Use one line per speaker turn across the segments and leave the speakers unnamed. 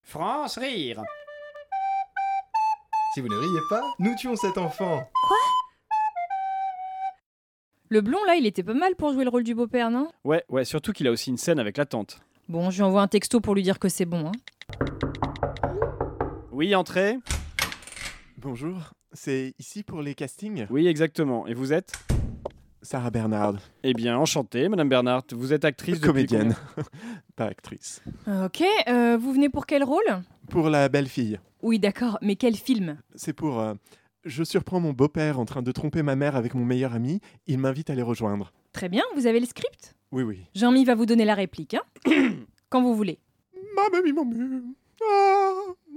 France rire.
Si vous ne riez pas, nous tuons cet enfant.
Le blond, là, il était pas mal pour jouer le rôle du beau-père, non
Ouais, ouais, surtout qu'il a aussi une scène avec la tante.
Bon, je lui envoie un texto pour lui dire que c'est bon. hein.
Oui, entrez.
Bonjour, c'est ici pour les castings
Oui, exactement. Et vous êtes
Sarah Bernard,
Eh bien, enchantée, Madame Bernard. Vous êtes actrice depuis
comédienne, pas actrice.
Euh, Ok, euh, vous venez pour quel rôle
Pour la belle-fille,
Oui, d'accord, mais quel film
c'est pour... euh, je surprends mon beau-père en train de tromper ma mère avec mon meilleur ami, il m'invite à les rejoindre.
Très bien, vous avez le script
Oui, oui.
Jean-Mi va vous donner la réplique, hein Quand vous voulez.
Mamma mia, mamma. Ah,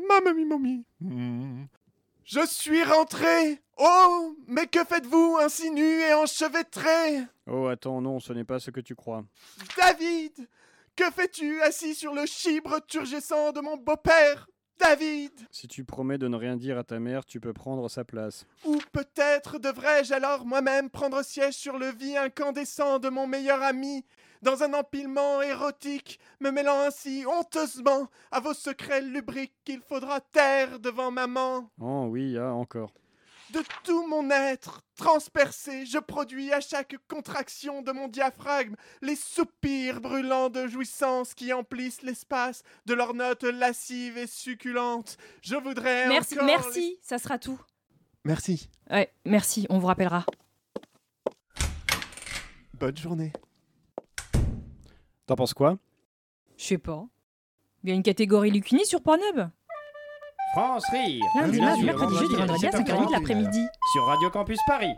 mamma mia, mamma. Mm. Je suis rentré Oh, mais que faites-vous ainsi nu et enchevêtré
combien Oh, attends, non, ce n'est pas ce que tu crois.
David Que fais-tu assis sur le chibre turgescent de mon beau-père David
Si tu promets de ne rien dire à ta mère, tu peux prendre sa place.
Ou peut-être devrais-je alors moi-même prendre siège sur le lit incandescent de mon meilleur ami, dans un empilement érotique, me mêlant ainsi honteusement à vos secrets lubriques qu'il faudra taire devant maman.
Oh oui, ah, encore.
De tout mon être, transpercé, je produis à chaque contraction de mon diaphragme les soupirs brûlants de jouissance qui emplissent l'espace de leurs notes lascives et succulentes. Je voudrais
Merci,
encore les-
merci, ça sera tout.
Merci.
Ouais, merci, on vous rappellera.
Bonne journée.
T'en penses quoi
Je sais pas. Il y a une catégorie Lucini sur Pornhub
France rire.
Lundi,
Du
mardi,
au
mercredi, jeudi,
vendredi à
vendredi à
17h40,
5h30 de l'après-midi.
Sur Radio Campus Paris.